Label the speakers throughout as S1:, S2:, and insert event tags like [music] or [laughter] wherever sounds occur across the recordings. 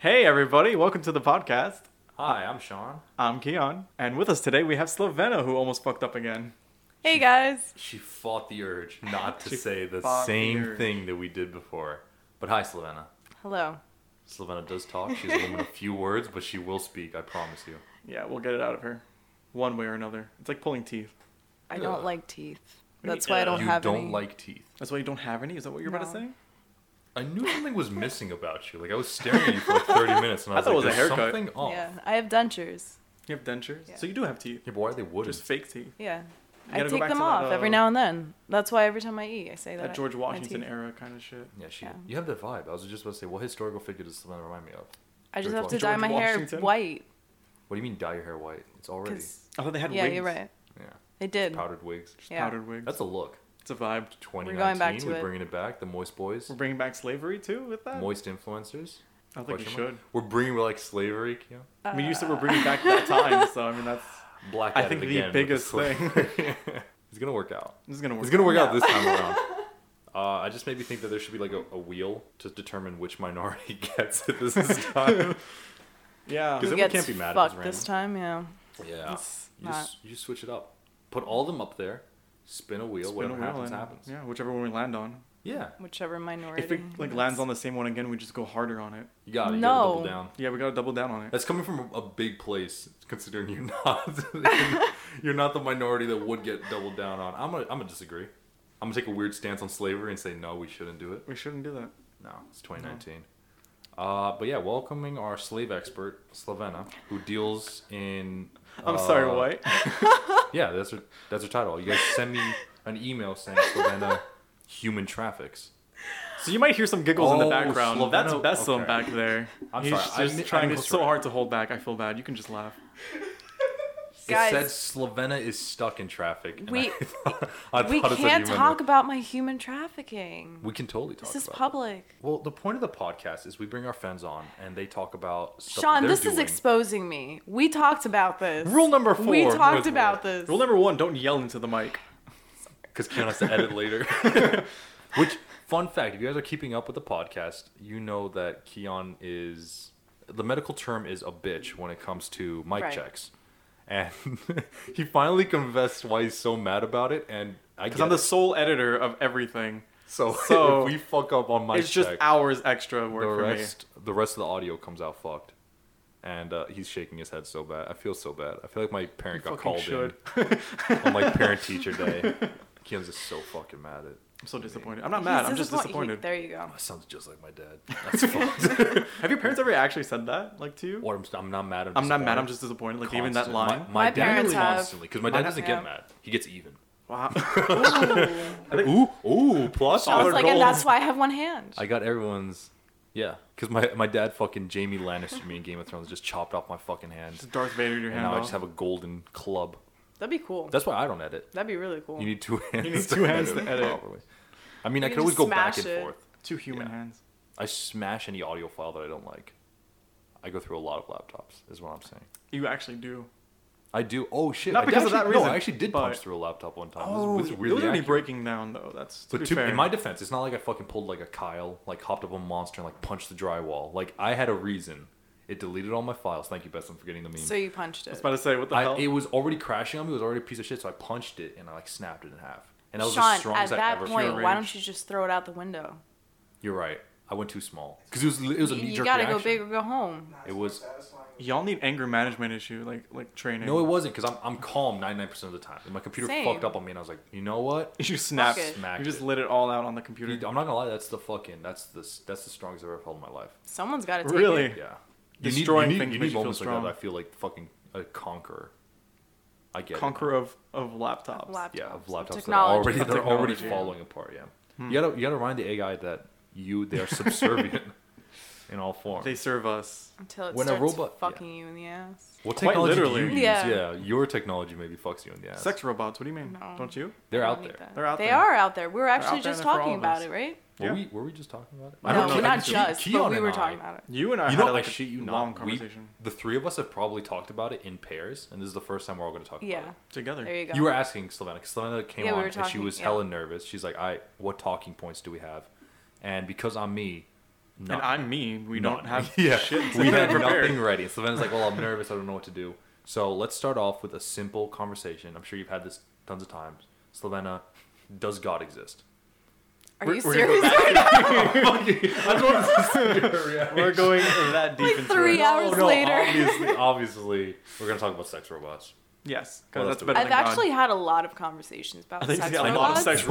S1: Hey, everybody, welcome to the podcast.
S2: Hi, I'm Sean.
S1: I'm Keon, and with us today we have Slovena, who almost fucked up again.
S3: Hey guys.
S2: She fought the urge not to
S1: She
S2: say the
S1: fought the
S2: same
S1: urge.
S2: thing that we did before. But hi, Slovena.
S3: Hello.
S2: Slovena does talk. She's a woman of few words, but she will speak, I promise you.
S1: Yeah, we'll get it out of her, one way or another. It's like pulling teeth.
S3: I
S2: Ugh.
S3: don't like teeth. That's why I don't
S2: you
S3: have
S2: don't
S3: any.
S2: like teeth.
S1: That's why you don't have any. Is that what you're about to
S3: No.
S1: say?
S2: I knew something was missing about you. Like, I was staring at you for like 30 minutes, and I
S1: I
S2: was
S1: thought it
S2: like,
S1: was a
S2: there's
S1: haircut.
S2: something off.
S3: Yeah, I have dentures.
S1: You have dentures,
S3: Yeah.
S1: so you do have teeth.
S2: Yeah, but why are they wooden?
S1: Just fake teeth.
S3: Yeah.
S1: You
S3: I
S1: gotta go
S3: take
S1: back
S3: them
S1: to that,
S3: off every
S1: uh,
S3: now and then. That's why every time I eat, I say that.
S1: That
S3: I-
S1: George
S3: my
S1: Washington
S3: teeth.
S1: era kind of shit.
S2: yeah, she,
S3: Yeah.
S2: you have that vibe. I was just about to say, what historical figure does Slovena remind me of?
S3: I just
S2: George
S3: have to
S1: Washington.
S3: dye my
S1: George
S3: hair
S1: Washington?
S3: white.
S2: What do you mean dye your hair white? It's already.
S3: 'cause-
S1: I thought they had
S3: yeah,
S1: wigs.
S3: you're right.
S2: Yeah.
S3: They did.
S2: Powdered wigs.
S1: Just
S3: Yeah.
S1: powdered wigs.
S2: That's a look.
S1: it's a vibe.
S2: 2019,
S3: going back to
S2: we're
S3: it.
S2: bringing it back. The Moist Boys.
S1: We're bringing back slavery too with that.
S2: moist influencers?
S1: I think we
S2: Question mark?
S1: should.
S2: We're bringing like slavery. You know?
S1: I mean, you said we're bringing back
S3: [laughs]
S1: that time, so I mean that's
S2: Black.
S1: I
S2: at
S1: think
S2: it
S1: the
S2: again with
S1: biggest
S2: slavery. [laughs] it's gonna work out.
S1: it's gonna work.
S2: It's gonna work out
S3: No.
S1: [laughs]
S2: this time around. Uh, I just made me think that there should be like a, a wheel to determine which minority [laughs] gets
S1: [laughs]
S2: it this time.
S1: Yeah.
S2: 'Cause
S3: Who
S2: then we can't
S3: gets
S2: be mad if it's
S3: fucked this time, yeah.
S2: yeah,
S3: It's
S2: you just, you just switch it up. Put all of them up there. Spin a wheel.
S1: Spin a
S2: whatever
S1: wheel
S2: happens,
S1: and-
S2: happens.
S1: Yeah, whichever one we land on.
S2: Yeah,
S3: Whichever minority.
S1: If it like lands on the same one again, we just go harder on it.
S2: you got it. You gotta
S3: No.
S2: double down.
S1: Yeah, we gotta double down on it.
S2: That's coming from a a big place, considering you're [laughs] not you're not the minority that would get doubled down on. I'm gonna I'm gonna disagree. I'm gonna take a weird stance on slavery and say no, we shouldn't do it.
S1: We shouldn't do that.
S2: No, it's 2019. Uh, but yeah, welcoming our slave expert Slovena, who deals in.
S1: I'm
S2: uh,
S1: sorry, what?
S2: Yeah, that's her that's her title. You guys send me an email saying Slovena human traffics.
S1: So you might hear some giggles in the
S2: Oh,
S1: background. That's
S2: Sloveno-
S1: Bessem
S2: okay.
S1: back there.
S2: [laughs] I'm
S1: He's
S2: sorry, I
S1: just
S2: mi- I
S1: trying
S2: misread.
S1: so hard to hold back. I feel bad. You can just laugh.
S3: Guys.
S2: It said Slovena is stuck in traffic. and
S3: We-
S2: I [laughs] thought, I
S3: we
S2: thought it said
S3: can't
S2: human-
S3: talk about my human trafficking.
S2: We can totally talk.
S3: this is
S2: about that.
S3: public.
S2: Well, the point of the podcast is we bring our friends on and they talk about stuff
S3: Sean,
S2: that they're
S3: this is
S2: doing.
S3: exposing me. We talked about this.
S1: Rule number four.
S3: We
S2: was
S3: talked about
S2: what?
S3: this.
S1: Rule number one: Don't yell into the mic.
S2: because Keon has to edit
S3: [laughs]
S2: later. [laughs] Which fun fact? If you guys are keeping up with the podcast, you know that Keon is the medical term is a bitch when it comes to mic
S3: Right.
S2: checks, and [laughs] he finally confessed why he's so mad about it. And I
S1: Because
S2: get
S1: I'm the
S2: it.
S1: sole editor of everything.
S2: so,
S1: so- [laughs]
S2: [laughs] if we fuck up on mic
S1: It's just
S2: check,
S1: hours extra work
S2: the
S1: for
S2: rest the rest of the audio comes out fucked. And uh, he's shaking his head so bad. I feel so bad. I feel like my
S1: me. You
S2: parent got
S1: fucking
S2: called in.
S1: should.
S2: on like parent
S1: [laughs]
S2: teacher day. Keon's just so fucking mad at.
S1: I'm so disappointed. I'm not
S3: He's
S1: mad. I'm just
S3: disappoint- he-
S1: disappointed.
S3: there you go.
S2: That sounds just like
S1: [laughs]
S2: my dad. That's fucked.
S1: Have your parents ever actually said that, like to you?
S2: or I'm, I'm not mad. I'm,
S1: I'm not mad. I'm
S2: disappointed.
S1: just disappointed. Like even that line.
S2: Constant. My, my
S3: My
S2: dad
S3: parents have-
S2: constantly because my dad
S1: Mine-
S2: doesn't
S3: yeah.
S2: get mad. He gets even.
S1: Wow. [laughs]
S2: Ooh, ooh, plus.
S3: I
S1: Solid
S3: was like,
S1: gold.
S3: and that's why I have one hand.
S2: I got everyone's. Yeah, because my my dad fucking Jamie Lannister me in Game of Thrones just chopped off my fucking hand,
S1: Just Darth Vader in your
S2: and
S1: hand.
S2: now I
S1: off.
S2: just have a golden club.
S3: That'd be cool.
S2: That's why I don't edit.
S3: That'd be really cool.
S2: You need two hands.
S1: need two hands to edit.
S2: properly. I mean, I
S3: You
S2: could
S3: can
S2: always
S3: just
S2: go back
S3: smash
S2: and
S3: it.
S2: forth.
S1: Two human
S2: Yeah.
S1: hands.
S2: I smash any audio file that I don't like. I go through a lot of laptops, is what I'm saying.
S1: You actually do.
S2: I do. Oh shit!
S1: Not
S2: I
S1: because of
S2: actually-
S1: that
S2: No,
S1: reason,
S2: I actually did
S1: but-
S2: punch through a laptop one time. Oh, this is really
S1: you're literally
S2: accurate.
S1: breaking down though. That's to
S2: But
S1: be
S2: to,
S1: fair.
S2: in my defense, it's not like I fucking pulled like a Kyle, like hopped up a monster and like punched the drywall. Like I had a reason. It deleted all my files. Thank you, Besson, for getting the meme.
S3: so you punched
S1: I was
S3: it.
S1: about to say what the hell.
S2: I, it was already crashing on me. It was already a piece of shit. So I punched it and I like snapped it in half. And that was
S3: Sean,
S2: as strong
S3: at
S2: as I
S3: that
S2: ever
S3: point,
S2: felt.
S3: why
S1: range.
S3: don't you just throw it out the window?
S2: You're right. I went too small because it was it was a
S3: You-
S2: knee
S3: you
S2: jerk
S3: gotta
S2: reaction.
S3: go big or go home.
S2: It was
S1: Y'all need anger management issue, like like training.
S2: no, it wasn't because I'm I'm calm 99 percent of the time. And my computer
S3: Same.
S2: fucked up on me, and I was like, you know what?
S1: [laughs] you snapped.
S3: Fuck it.
S2: Smacked
S1: You just
S2: it.
S1: lit it all out on the computer.
S2: Dude, I'm not gonna lie. That's the fucking. That's the that's the strongest I've ever felt in my life.
S3: Someone's gotta take
S1: Really?
S3: it.
S2: Yeah.
S1: Destroying
S2: you need,
S1: things makes
S2: you need
S1: you feel
S2: moments like
S1: strong.
S2: that, that I feel like fucking a conqueror. I get it.
S1: Conqueror of of laptops.
S3: Laptops.
S2: Yeah, of laptops that are
S3: Technology.
S2: already
S1: Of
S2: they're already
S1: technology, Hmm. yeah.
S2: falling apart. Yeah. You gotta you gotta remind the AI that you they are subservient [laughs] in all forms.
S1: They serve us.
S3: Until it
S2: When a
S3: starts
S2: robot-
S3: fucking you in the ass.
S2: what
S1: Quite
S2: technology do
S1: literally.
S2: you use?
S3: Yeah.
S2: Yeah. your technology maybe fucks you in the ass.
S1: Sex robots. What do you mean?
S3: No.
S1: Don't you?
S2: They're
S3: I
S2: out
S3: don't need
S2: there.
S3: that.
S1: They're out
S3: They
S1: there.
S3: are out there. We were actually
S1: out there
S3: just
S1: for all
S3: talking
S1: of
S3: about
S1: us.
S3: it, right?
S2: Were
S1: Yeah.
S2: we were we just talking about it?
S1: I don't
S3: no,
S1: know.
S3: we're
S1: I
S3: not
S1: can-
S3: just,
S2: Keon
S3: but we
S2: and
S3: were
S2: I-
S3: talking about it.
S1: You and I
S2: You
S1: had
S2: know, I
S1: like a
S2: shit you
S1: long
S2: not. We,
S1: conversation
S2: the three of us have probably talked about it in pairs, and this is the first time we're all going to talk about
S3: Yeah,
S2: it.
S1: together.
S3: there you go.
S2: You were asking Slovena because Slovena came
S3: Yeah,
S2: on
S3: we were
S2: and she
S3: talking-
S2: was
S3: yeah.
S2: hella nervous. She's like, "I what talking points do we have?" And because I'm me,
S1: and
S2: Not-
S1: I'm me. We don't
S2: not-
S1: have
S2: [laughs] yeah,
S1: shit. To
S2: we had
S1: prepare.
S2: nothing ready. So then it's like, well, I'm nervous. I don't know what to do. So let's start off with a simple conversation. I'm sure you've had this tons of times. Slovena, does God exist?
S3: Are
S1: We're-
S3: you
S1: we're gonna go
S3: serious?
S1: We're going that deep into
S3: three
S1: it.
S3: hours. later.
S2: obviously, obviously, we're gonna talk about sex robots.
S1: Yes,
S2: Well,
S1: because that's
S2: that's
S1: better
S2: the-
S1: than
S3: I've
S1: God.
S3: actually had a lot of conversations about
S1: I think
S3: sex
S1: yeah, a lot of
S3: robots.
S1: sex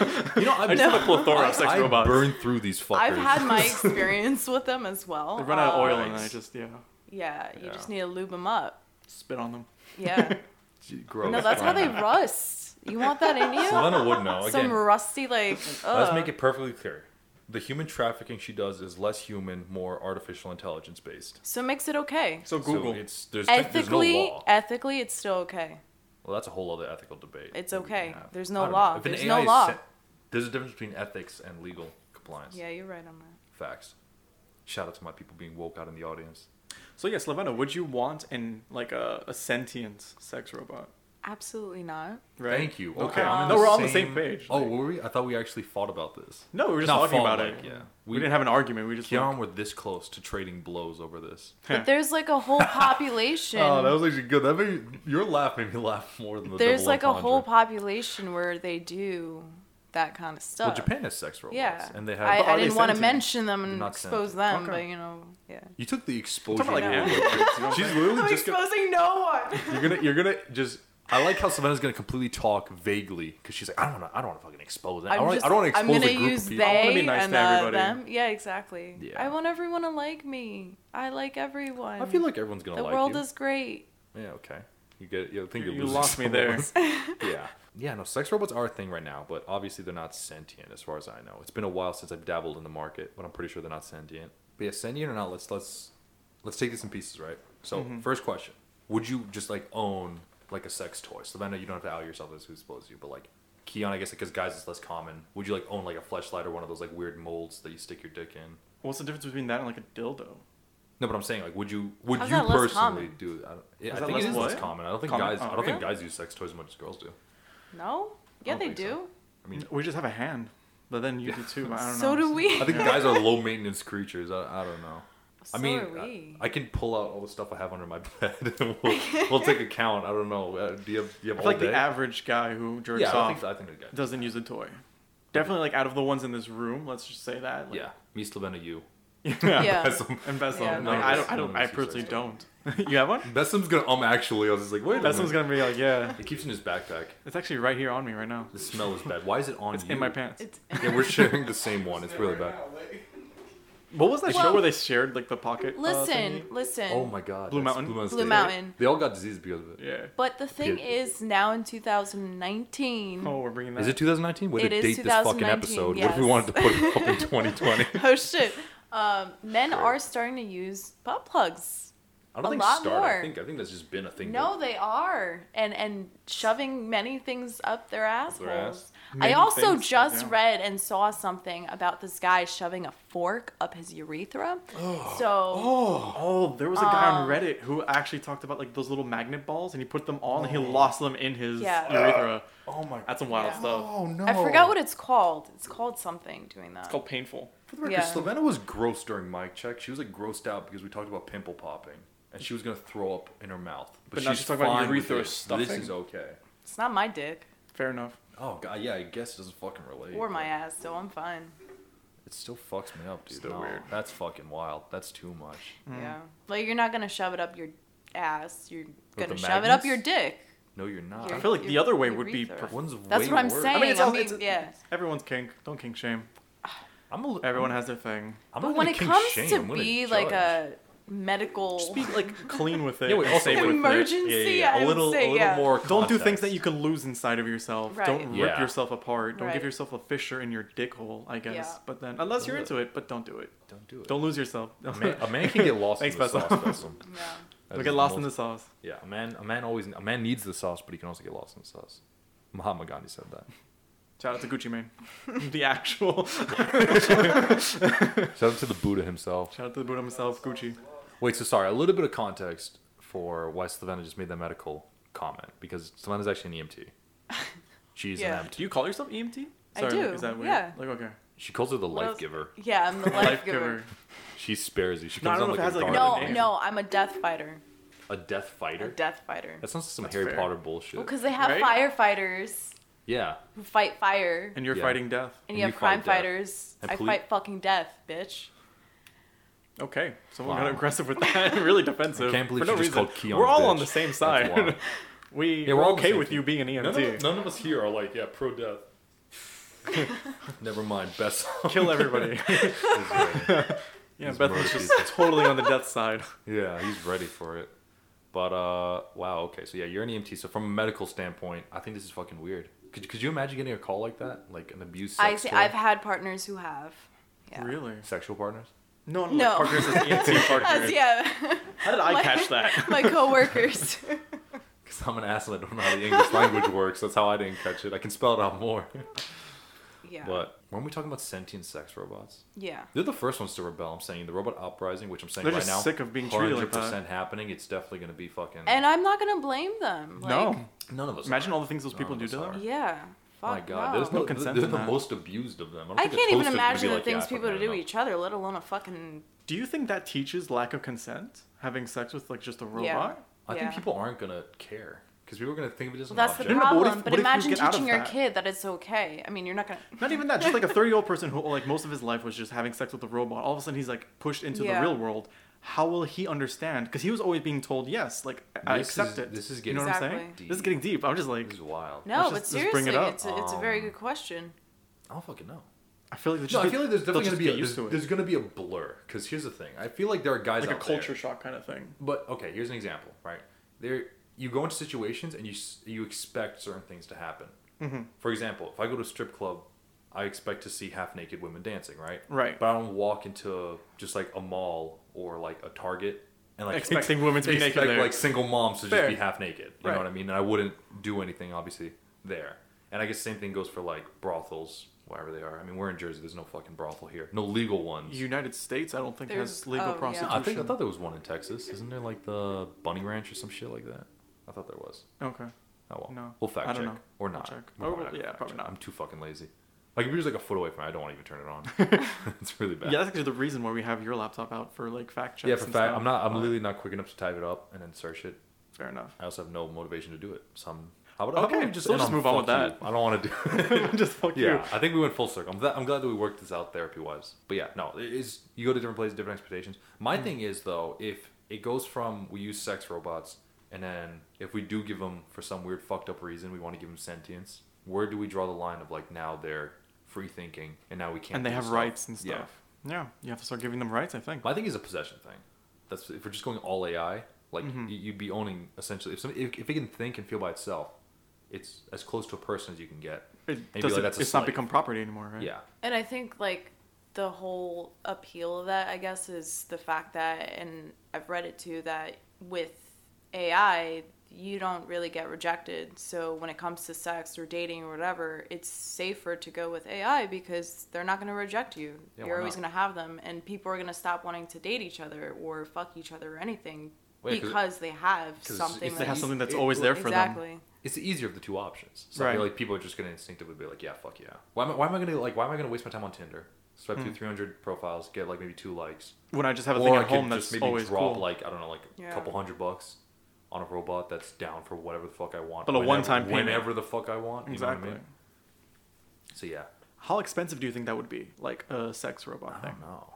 S1: robots.
S3: [laughs]
S2: You know,
S1: [laughs]
S2: I've
S1: I just have a plethora of
S2: I,
S1: sex robots.
S2: burned through these fuckers.
S3: I've had my experience with them as well.
S1: They run out of
S3: Uh,
S1: oil and
S2: Yikes.
S1: I just yeah
S3: Yeah, you
S2: Yeah.
S3: just need to lube them up.
S1: spit on them.
S2: [laughs]
S3: Yeah.
S2: Gee, Gross.
S3: no, that's how they
S2: Fine.
S3: rust. You want that in
S2: [laughs]
S3: you?
S2: Selena would know. Again,
S3: Some rusty like.
S2: let's
S3: ugh.
S2: make it perfectly clear. The human trafficking she does is less human, more artificial intelligence based.
S3: So it makes it okay.
S1: So
S2: So
S1: Google.
S2: it's there's, tech- there's no
S3: Ethically,
S2: law.
S3: ethically, it's still okay.
S2: Well, that's a whole other ethical debate.
S3: It's
S2: that we can
S3: okay.
S2: have.
S3: There's
S2: I
S3: no
S2: don't know.
S3: law.
S2: If an
S3: There's
S2: AI
S3: no
S2: is
S3: law.
S2: sen- there's a difference between ethics and legal compliance.
S3: Yeah, you're right on that.
S2: Facts. Shout out to my people being woke out in the audience.
S1: So yeah, Slovena, would you want in like a, a sentient sex robot?
S3: Absolutely not.
S1: Right.
S2: Thank you.
S1: Okay.
S2: Okay. I'm in
S1: no, we're all on the same page.
S2: Oh,
S1: Like,
S2: were we? I thought we actually fought about this.
S1: no, we were just
S2: Not
S1: talking
S2: fault,
S1: about it.
S2: like, yeah.
S1: We,
S2: We-
S1: didn't have an argument. We just.
S2: [laughs] Kion were this close to trading blows over this.
S3: But there's like
S2: [laughs]
S3: a whole population.
S2: Oh, was actually good. Oh, That made, your laugh made me [laughs] laugh more than the
S3: there's
S2: double
S3: like a whole
S2: entendre.
S3: population where they do that kind of stuff.
S2: Well, Japan has sex robots.
S3: Yeah.
S2: And they have.
S1: But
S3: I,
S1: are
S3: I
S1: they
S3: didn't want to
S1: sentient?
S3: mention them and
S2: not
S3: expose
S1: sentient.
S3: them, but
S1: Okay.
S3: you know, yeah.
S2: you took the exposure.
S1: talking about like
S2: away.
S1: animal rights, you know?
S2: She's
S3: [laughs]
S2: literally just gonna-
S3: no
S2: [laughs]
S3: one.
S2: You're gonna you're gonna just. I like how Savannah's gonna completely talk vaguely because she's like, I don't want to, I don't want to fucking expose it. I
S3: I'm,
S2: don't,
S3: just,
S2: I don't want to
S3: I'm
S2: expose
S3: gonna
S2: a group
S3: use
S2: of people.
S1: I wanna
S3: they
S1: be nice
S3: and
S1: to
S3: uh,
S1: everybody.
S3: them. Yeah, exactly.
S2: Yeah.
S3: I want everyone to like me. I like everyone.
S2: I feel like everyone's gonna
S3: the
S2: like
S3: world
S2: you.
S3: is great.
S2: Yeah, okay. You get. You think
S1: [laughs] You-
S2: you're
S1: you
S2: losing
S1: lost
S2: [laughs]
S1: me there.
S2: someone. yeah. Yeah. No, sex robots are a thing right now, but obviously they're not sentient, as far as I know. It's been a while since I've dabbled in the market, but I'm pretty sure they're not sentient. But yeah, sentient or not, let's let's let's take this in pieces, right? So
S1: Mm-hmm.
S2: first question: Would you just like own like a sex toy? So I know you don't have to out yourself as who supposed you, but like. Keon, I guess because guys it's less common. Would you like own like a fleshlight or one of those like weird molds that you stick your dick in?
S1: What's the difference between that and like a dildo?
S2: No, but I'm saying like, would you would
S3: How's
S2: you
S3: that less
S2: personally
S3: common?
S2: do? I, don't, yeah,
S1: Is
S2: I
S1: that
S2: think it
S1: less
S2: is
S1: what?
S2: less common. I don't think
S1: Common?
S2: guys.
S1: Oh,
S2: I don't think
S3: really?
S2: guys use sex toys as much as girls do.
S3: No? Yeah,
S2: don't
S3: they
S2: think
S3: do.
S2: so. I mean,
S1: We just have a hand, but then you do too. but I don't
S3: So
S1: know.
S3: do we.
S2: I think
S1: [laughs]
S2: guys are low maintenance creatures. I, I don't know.
S3: So
S2: I mean,
S3: are
S2: I-
S3: we.
S2: I, can pull out all the stuff I have under my [laughs] bed. and we'll, we'll take a count. I don't know. Uh, do you have, do you
S1: I
S2: have
S1: feel
S2: all
S1: like
S2: day?
S1: the average guy who jerks
S2: yeah, I don't
S1: off
S2: think so. I think the guy.
S1: doesn't use a toy. Definitely, like out of the ones in this room, let's just say that. Like,
S2: Yeah, me, Slovenia, you.
S1: [laughs] yeah,
S2: [laughs]
S3: Yeah.
S2: Bessom.
S1: And Bessem,
S3: Yeah.
S1: like,
S3: No,
S1: I
S2: that's-
S1: don't, I don't,
S2: no,
S1: I
S2: that's your
S1: personally
S2: size.
S1: don't. [laughs] you have one?
S2: Bessem's gonna um. Actually, I was just like, wait. a
S1: Bessem's
S2: minute.
S1: gonna be like, yeah,
S2: It keeps in his backpack.
S1: it's actually right here on me right now.
S2: The smell is bad. Why is it on
S1: It's
S2: you?
S1: in my pants.
S2: [laughs]
S3: It's
S2: Yeah,
S1: [laughs]
S2: we're sharing the same one. It's really bad.
S1: What was that
S3: Well-
S1: show where they shared like the pocket? uh,
S3: listen,
S1: thingy?
S3: listen.
S2: Oh my god.
S1: Blue
S2: that's
S1: Mountain?
S2: Mountain's
S3: Blue
S2: State.
S3: Mountain.
S2: They all got disease because of it.
S1: yeah.
S3: But the thing
S2: Yeah.
S3: is, now in 2019,
S1: Oh, we're bringing that.
S2: Is it 2019? Way
S3: It
S2: to
S3: is
S2: date this fucking
S3: 2019,
S2: episode. What if we
S3: yes.
S2: wanted to put it up in
S3: [laughs]
S2: 2020?
S3: [laughs] oh
S2: [laughs]
S3: shit, um, men
S2: Sure.
S3: are starting to use butt plugs.
S2: I
S3: A
S2: don't think
S3: lot
S2: start. I
S3: more.
S2: think I think that's just been a thing.
S3: No, they are, and and shoving many things up their
S2: their
S3: assholes.
S2: ass.
S1: Many
S3: I also
S1: things,
S3: just
S1: yeah.
S3: read and saw something about this guy shoving a fork up his urethra. so
S1: Oh, oh, there was a guy on Reddit who actually talked about like those little magnet balls, and he put them on, and he lost them in his
S3: Yeah.
S1: urethra.
S2: Oh my.
S1: That's some wild
S3: Yeah.
S1: stuff.
S2: no.
S3: I forgot what it's called. It's called something. Doing that.
S1: Oh. It's called painful.
S2: For the record,
S3: Yeah.
S2: Slovena was gross during mic check. She was like grossed out because we talked about pimple popping, and she was gonna throw up in her mouth. But,
S1: But now
S2: she's
S1: she's talking about
S2: fine with
S1: urethra
S2: it.
S1: stuffing.
S2: This is okay.
S3: it's not my dick
S1: Fair enough.
S2: Oh god, yeah. I guess it doesn't fucking relate.
S3: or my
S2: but
S3: ass, so I'm fine.
S2: It still fucks me up, dude.
S1: Still
S2: No,
S1: weird.
S2: That's fucking wild. That's too much.
S1: Hmm.
S3: Yeah. Like you're not gonna shove it up your ass. You're gonna
S2: the
S3: shove it up
S2: magnets?
S3: your dick.
S2: No, you're not.
S1: I feel like the other way would be
S3: urethra.
S1: prefer-
S2: One's
S3: That's
S2: way
S3: what I'm
S2: worse.
S3: saying.
S1: I mean, it's
S3: I
S1: all-
S3: mean,
S1: it's-
S3: yeah.
S1: Everyone's kink. Don't kink shame.
S2: I'm a,
S1: Everyone has their thing.
S2: I'm
S3: But
S2: not
S3: when
S2: gonna
S3: it
S2: kink
S3: comes
S2: shame,
S3: to
S2: I'm gonna
S3: be like
S2: judge.
S3: a medical
S1: Just be
S3: [laughs]
S1: like clean with it.
S2: Yeah, wait,
S1: and
S2: also
S1: safe
S2: with
S1: with it.
S2: the-
S3: Emergency, I
S2: a
S3: would
S2: little,
S3: say,
S2: a little
S3: yeah.
S2: more.
S1: Don't do things
S2: context.
S1: that you can lose inside of yourself.
S3: Right.
S1: Don't rip
S2: Yeah.
S1: yourself apart. Don't give
S3: Right.
S1: yourself a fissure in your dick hole, I guess.
S3: Yeah.
S1: But then, unless you're
S2: Ugh.
S1: into it, but don't do it.
S2: Don't do it.
S1: Don't lose yourself.
S2: A man, a [laughs] man
S1: [laughs]
S2: can get lost
S1: Thanks,
S2: in the
S1: Basil.
S2: sauce. Basil.
S3: no.
S2: That
S1: You'll
S2: is
S1: get lost in the
S2: most-
S1: sauce.
S2: Yeah, a man, a man always, a man needs the sauce, but he can also get lost in the sauce. Mahatma Gandhi said that.
S1: Shout out to Gucci Mane. the actual.
S2: [laughs] Shout out to the Buddha himself.
S1: Shout out to the Buddha himself, Gucci.
S2: Wait, so sorry, a little bit of context for why Slavena just made that medical comment because Slavena's
S3: [laughs]
S2: actually an EMT. She's
S3: Yeah.
S2: an EMT.
S1: Do you call yourself EMT?
S3: I
S1: Sorry,
S3: do,
S1: Is that weird?
S3: yeah.
S1: Like, okay.
S2: She calls her the
S3: What
S2: life
S3: else-
S2: giver.
S3: Yeah, I'm the
S1: [laughs]
S3: life,
S1: Life giver.
S3: giver.
S2: She spares you. She
S1: No, I
S2: comes on
S1: don't
S2: like
S1: know
S2: a
S1: if it has, like,
S2: guard.
S1: a
S3: No,
S1: name.
S3: no, I'm a death fighter.
S2: A death
S3: A
S2: fighter.
S3: death fighter.
S2: that sounds like some
S1: That's
S2: Harry
S1: fair.
S2: Potter bullshit.
S3: Well, because they have
S1: Right?
S3: firefighters
S2: yeah.
S3: who fight fire, and,
S1: And you're
S2: Yeah.
S1: fighting death.
S3: you
S2: and
S3: have
S2: you fight
S3: crime
S2: death.
S3: fighters.
S2: And
S3: I
S2: poli-
S3: fight fucking death, bitch.
S1: Okay, someone
S2: Wow.
S1: got aggressive with that. [laughs] really defensive.
S2: I can't believe
S1: for no
S2: she just
S1: reason.
S2: called Keon
S1: We're
S2: a
S1: all
S2: bitch.
S1: on the same
S2: That's
S1: side.
S2: wild.
S1: [laughs] we
S2: Yeah, we're
S1: we're,
S2: all on the
S1: okay
S2: same
S1: with
S2: team.
S1: you being an E EMT.
S2: None of, none of us here are like, yeah, pro death. [laughs] Never mind. Best
S1: [laughs]
S2: [laughs]
S1: Kill everybody. yeah,
S2: He's
S1: Beth
S2: murdered
S1: was just
S2: people.
S1: totally on the death side.
S2: Yeah, he's ready for it. But uh, wow. Okay, so yeah, you're an EMT. So from a medical standpoint, I think this is fucking weird. Could, could you imagine getting a call like that, like an abuse?
S3: I
S2: Sex
S3: see,
S2: toy?
S3: I've had partners who have. [laughs] Yeah.
S1: Really?
S2: sexual partners.
S1: No, no,
S3: No.
S1: no. Parker's is
S3: [laughs]
S1: EMT Parker. E
S2: [laughs]
S3: As- yeah.
S1: How did I
S3: [laughs] My-
S1: catch that?
S3: My coworkers. [laughs]
S2: Because I'm an asshole. I don't know how the English language works. That's how I didn't catch it. I can spell it out more. [laughs]
S3: yeah.
S2: But weren't we talking about sentient sex robots?
S3: Yeah.
S2: They're the first ones to rebel. I'm saying the robot uprising, which I'm saying
S1: They're
S2: right
S1: just
S2: now,
S1: sick of being treated like that.
S2: happening. It's definitely going to be fucking.
S3: And I'm not gonna blame them. Like,
S1: no.
S2: none of us.
S1: Imagine
S2: are.
S1: all the things those
S2: No,
S1: people do
S2: that's
S1: to
S2: hard.
S1: them.
S3: Yeah. Fuck
S2: My God,
S3: no.
S2: there's no,
S1: No consent
S2: They're
S1: in
S2: the
S1: that.
S2: most abused of them. I, don't
S3: I
S2: think a
S3: can't even
S2: toaster's gonna be
S3: imagine
S2: like,
S3: the
S2: yeah,
S3: things
S2: I
S3: people
S2: fucking
S3: do to
S2: know.
S3: each other, let alone a fucking.
S1: Do you think that teaches lack of consent? Having sex with like just a
S3: Yeah.
S1: robot?
S2: I
S3: Yeah.
S2: think people aren't gonna care because people are gonna think of it as an
S3: Well, that's the
S2: object.
S1: No, no, but what
S3: problem.
S1: if-
S3: but
S1: what if you
S3: imagine
S1: get out of
S3: teaching your
S1: that?
S3: kid that it's okay. I mean, you're not gonna.
S1: Not even that, just like a 30 year old person who, like, most of his life was just having sex with a robot. All of a sudden, he's like pushed into
S3: Yeah.
S1: the real world. How will he understand? Because he was always being told, yes, like, I I
S2: This
S1: accept
S2: is-
S1: it.
S2: this is
S1: you know
S3: getting
S1: what I'm saying?
S2: Exactly.
S1: This is getting deep. I'm just like,
S2: This is wild.
S3: No,
S1: Let's
S3: but
S1: just- let's
S3: seriously,
S1: bring it up.
S3: it's a, it's a very
S2: Um,
S3: good question.
S2: I don't fucking know.
S1: I feel like there's
S2: No,
S1: just
S2: I feel like there's
S1: they'll
S2: definitely gonna
S1: just
S2: be a,
S1: get
S2: there's,
S1: used to it.
S2: there's gonna be a blur. Because here's the thing, I feel like there are guys
S1: like a
S2: out there-
S1: culture shock kind of thing.
S2: But okay, here's an example, right? There, you go into situations and you s- you expect certain things to happen.
S1: Mm-hmm.
S2: For example, if I go to a strip club, I expect to see half naked women dancing, right?
S1: Right.
S2: But I don't walk into just like a mall or like a Target and like
S1: Expecting women to be naked
S2: expect,
S1: there.
S2: like single moms to
S1: Fair.
S2: just be half naked. You know
S1: Right.
S2: what I mean? And I wouldn't do anything obviously there. And I guess same thing goes for like brothels, wherever they are. I mean, we're in Jersey. There's no fucking brothel here. No legal ones.
S1: United States, I don't think,
S3: There's-
S1: has legal
S3: oh, yeah.
S1: prostitution.
S2: I think I thought there was one in Texas. Isn't there like the Bunny Ranch or some shit like that? I thought there was.
S1: Okay.
S2: Oh well.
S1: No.
S2: We'll fact
S1: I don't
S2: check
S1: know.
S2: or
S1: We'll
S2: not.
S1: check.
S2: We're
S1: Oh,
S2: probably not
S1: yeah,
S2: gonna fact
S1: probably
S2: check.
S1: not.
S2: I'm too fucking lazy. My computer's like a foot away from me. I don't want to even turn it
S1: [laughs]
S2: on. it's really bad.
S1: Yeah, that's actually the reason why we have your laptop out for like fact checks.
S2: yeah, for
S1: and
S2: fact,
S1: stuff.
S2: I'm not. I'm
S1: But
S2: literally not quick enough to type it up and then search it.
S1: Fair enough.
S2: I also have no motivation to do it. So I'm, how about, how about
S1: Okay,
S2: we just,
S1: so
S2: end
S1: just
S2: on
S1: move on with that.
S2: fuck you? I
S1: [laughs]
S2: don't want to do. [laughs]
S1: just fuck you.
S2: Yeah, I think we went full circle. I'm, glad- I'm glad that we worked this out therapy wise. But yeah, no, it is you go to different places, different expectations. My
S1: Mm.
S2: thing is though, if it goes from we use sex robots, and then if we do give them for some weird fucked up reason, we want to give them sentience. Where do we draw the line of like now they're free thinking and now we can't?
S1: And they
S2: do
S1: have
S2: stuff?
S1: rights and
S2: Yeah.
S1: stuff. Yeah. you have to start giving them rights, I think.
S2: My thing is a possession thing. That's if we're just going all AI, like
S1: Mm-hmm.
S2: y you'd be owning essentially if, some, if if it can think and feel by itself, it's as close to a person as you can get. And you'd
S1: It
S2: be
S1: doesn't,
S2: like, "That's a
S1: it's not
S2: slave."
S1: become property anymore, right?
S2: Yeah.
S3: And I think like the whole appeal of that, I guess, is the fact that, and I've read it too, that with AI, you don't really get rejected. So when it comes to sex or dating or whatever, it's safer to go with AI because they're not going to reject you.
S2: Yeah,
S3: You're
S2: why
S3: always
S2: not?
S3: going to have them, and people are going to stop wanting to date each other or fuck each other or anything
S2: Well, yeah, 'cause-
S3: because they have
S2: 'cause
S3: something.
S2: if
S1: They have
S3: that's-
S1: something that's
S2: It-
S1: always there for them.
S3: exactly.
S2: it's the easier of the two options. So I feel
S1: Right.
S2: like people are just gonna instinctively be like, yeah, fuck yeah. Why am I, why am I gonna like why am I gonna waste my time on Tinder? Swipe through 300 profiles, get like maybe two likes,
S1: When I just have a thing
S2: or I
S1: at
S2: can
S1: home
S2: just
S1: that's
S2: maybe
S1: always
S2: drop
S1: cool.
S2: like I don't know, like
S3: Yeah.
S2: a couple hundred bucks on a robot that's down for whatever the fuck I want.
S1: But a
S2: whenever-
S1: one-time payment.
S2: whenever the fuck I want. You
S1: exactly.
S2: Know what I mean? So yeah,
S1: How expensive do you think that would be? Like a sex
S2: I
S1: robot thing?
S2: don't know.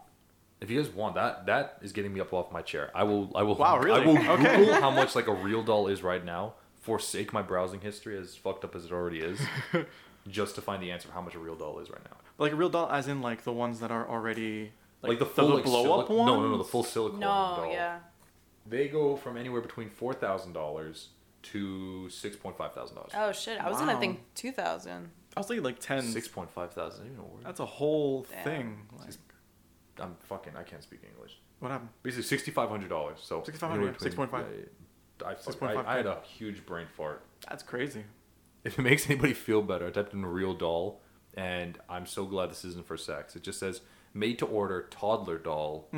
S2: If you guys want that, that is getting me up off my chair. I will. I will.
S1: Wow,
S2: I
S1: really?
S2: will
S1: Okay.
S2: [laughs] Google how much like a real doll is right now. Forsake my browsing history, as fucked up as it already [laughs] is, just to find the answer of how much a real doll is right now.
S1: Like a real doll, as in like the ones that are already
S2: like, the full like,
S1: blow up
S2: silic-
S1: one.
S2: No, no, no, the full silicone
S3: No,
S2: doll.
S3: yeah.
S2: They go from anywhere between four thousand dollars to six point five thousand dollars.
S3: Oh shit! I was gonna
S1: Wow.
S3: think two thousand.
S1: I was thinking like ten.
S2: Six point five thousand. Even a word.
S1: That's a whole
S3: Damn.
S1: thing. Like,
S2: Six- I'm fucking. I can't speak English.
S1: what happened?
S2: Basically, sixty five hundred dollars. So
S1: $6,500,
S2: anywhere between-
S1: 6.5.
S2: I, I, fuck- I,
S1: 6.5K.
S2: I had a huge brain fart.
S1: That's crazy.
S2: If it makes [laughs] anybody feel better, I typed in real doll, and I'm so glad this isn't for sex. It just says made to order toddler doll,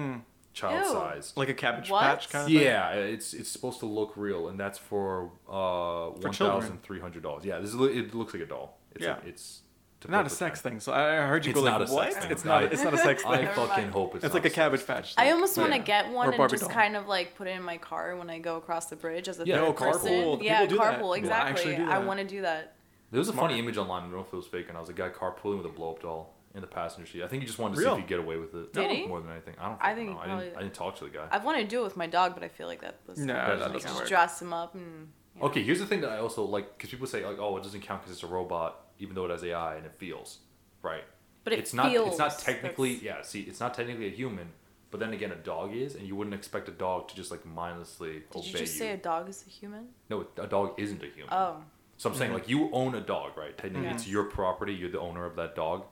S2: child
S3: Ew.
S2: sized.
S1: Hmm. Like uh, a cabbage
S3: What?
S1: patch kind of thing.
S2: Yeah, it's it's supposed to look real, and that's for uh one
S1: children.
S2: thousand three hundred dollars. Yeah, this is, li- it looks like a doll. It's
S1: Yeah.
S2: it's to
S1: Not a
S2: flip with
S1: sex
S2: them.
S1: thing. So I I heard you
S2: It's
S1: go like,
S2: not a
S1: what?
S2: sex thing.
S1: It's not.
S2: I-
S1: It's not a sex
S2: I
S1: thing.
S3: Never
S2: fucking
S3: mind.
S2: hope it's.
S1: It's
S2: not
S1: like a
S2: sex
S1: cabbage
S2: thing.
S1: patch.
S3: I almost want to
S2: Yeah.
S3: get one
S1: Or
S3: and
S1: Barbie
S3: just
S1: doll.
S3: kind of like put it in my car when I go across the bridge as a
S2: Yeah,
S3: third
S2: no,
S3: person.
S1: carpool.
S3: Yeah,
S1: People do that.
S3: carpool.
S1: People actually
S3: Exactly.
S1: do
S3: I
S1: that.
S3: want to do that.
S2: There was a
S1: Smart.
S2: funny image online. I don't know if it was fake or not. It was a guy carpooling with a blow up doll in the passenger seat. I think he just wanted to
S1: Real.
S2: see if he'd get away with it.
S3: Did he?
S2: More than anything. I don't.
S3: I
S2: fucking
S3: think he
S2: know. I
S3: probably-
S2: didn't, I didn't talk to the guy.
S3: I want to do it with my dog, but I feel like that was
S1: No,
S2: that
S3: like,
S2: doesn't Oh,
S3: just
S1: work.
S3: dress him up and. you know.
S2: Okay, here's the thing that I also like because people say like, oh, it doesn't count because it's a robot, even though it has AI and it feels, right?
S3: But it
S2: it's not. It's
S3: feels.
S2: not technically.
S3: That's-
S2: Yeah, see, it's not technically a human, but then again, a dog is, and you wouldn't expect a dog to just like mindlessly
S3: Did
S2: obey
S3: you just say a dog is a human?
S2: No, a dog isn't a human.
S3: Oh,
S2: So I'm saying like you own a dog, right? Technically,
S3: Yeah.
S2: it's your property. You're the owner of that dog.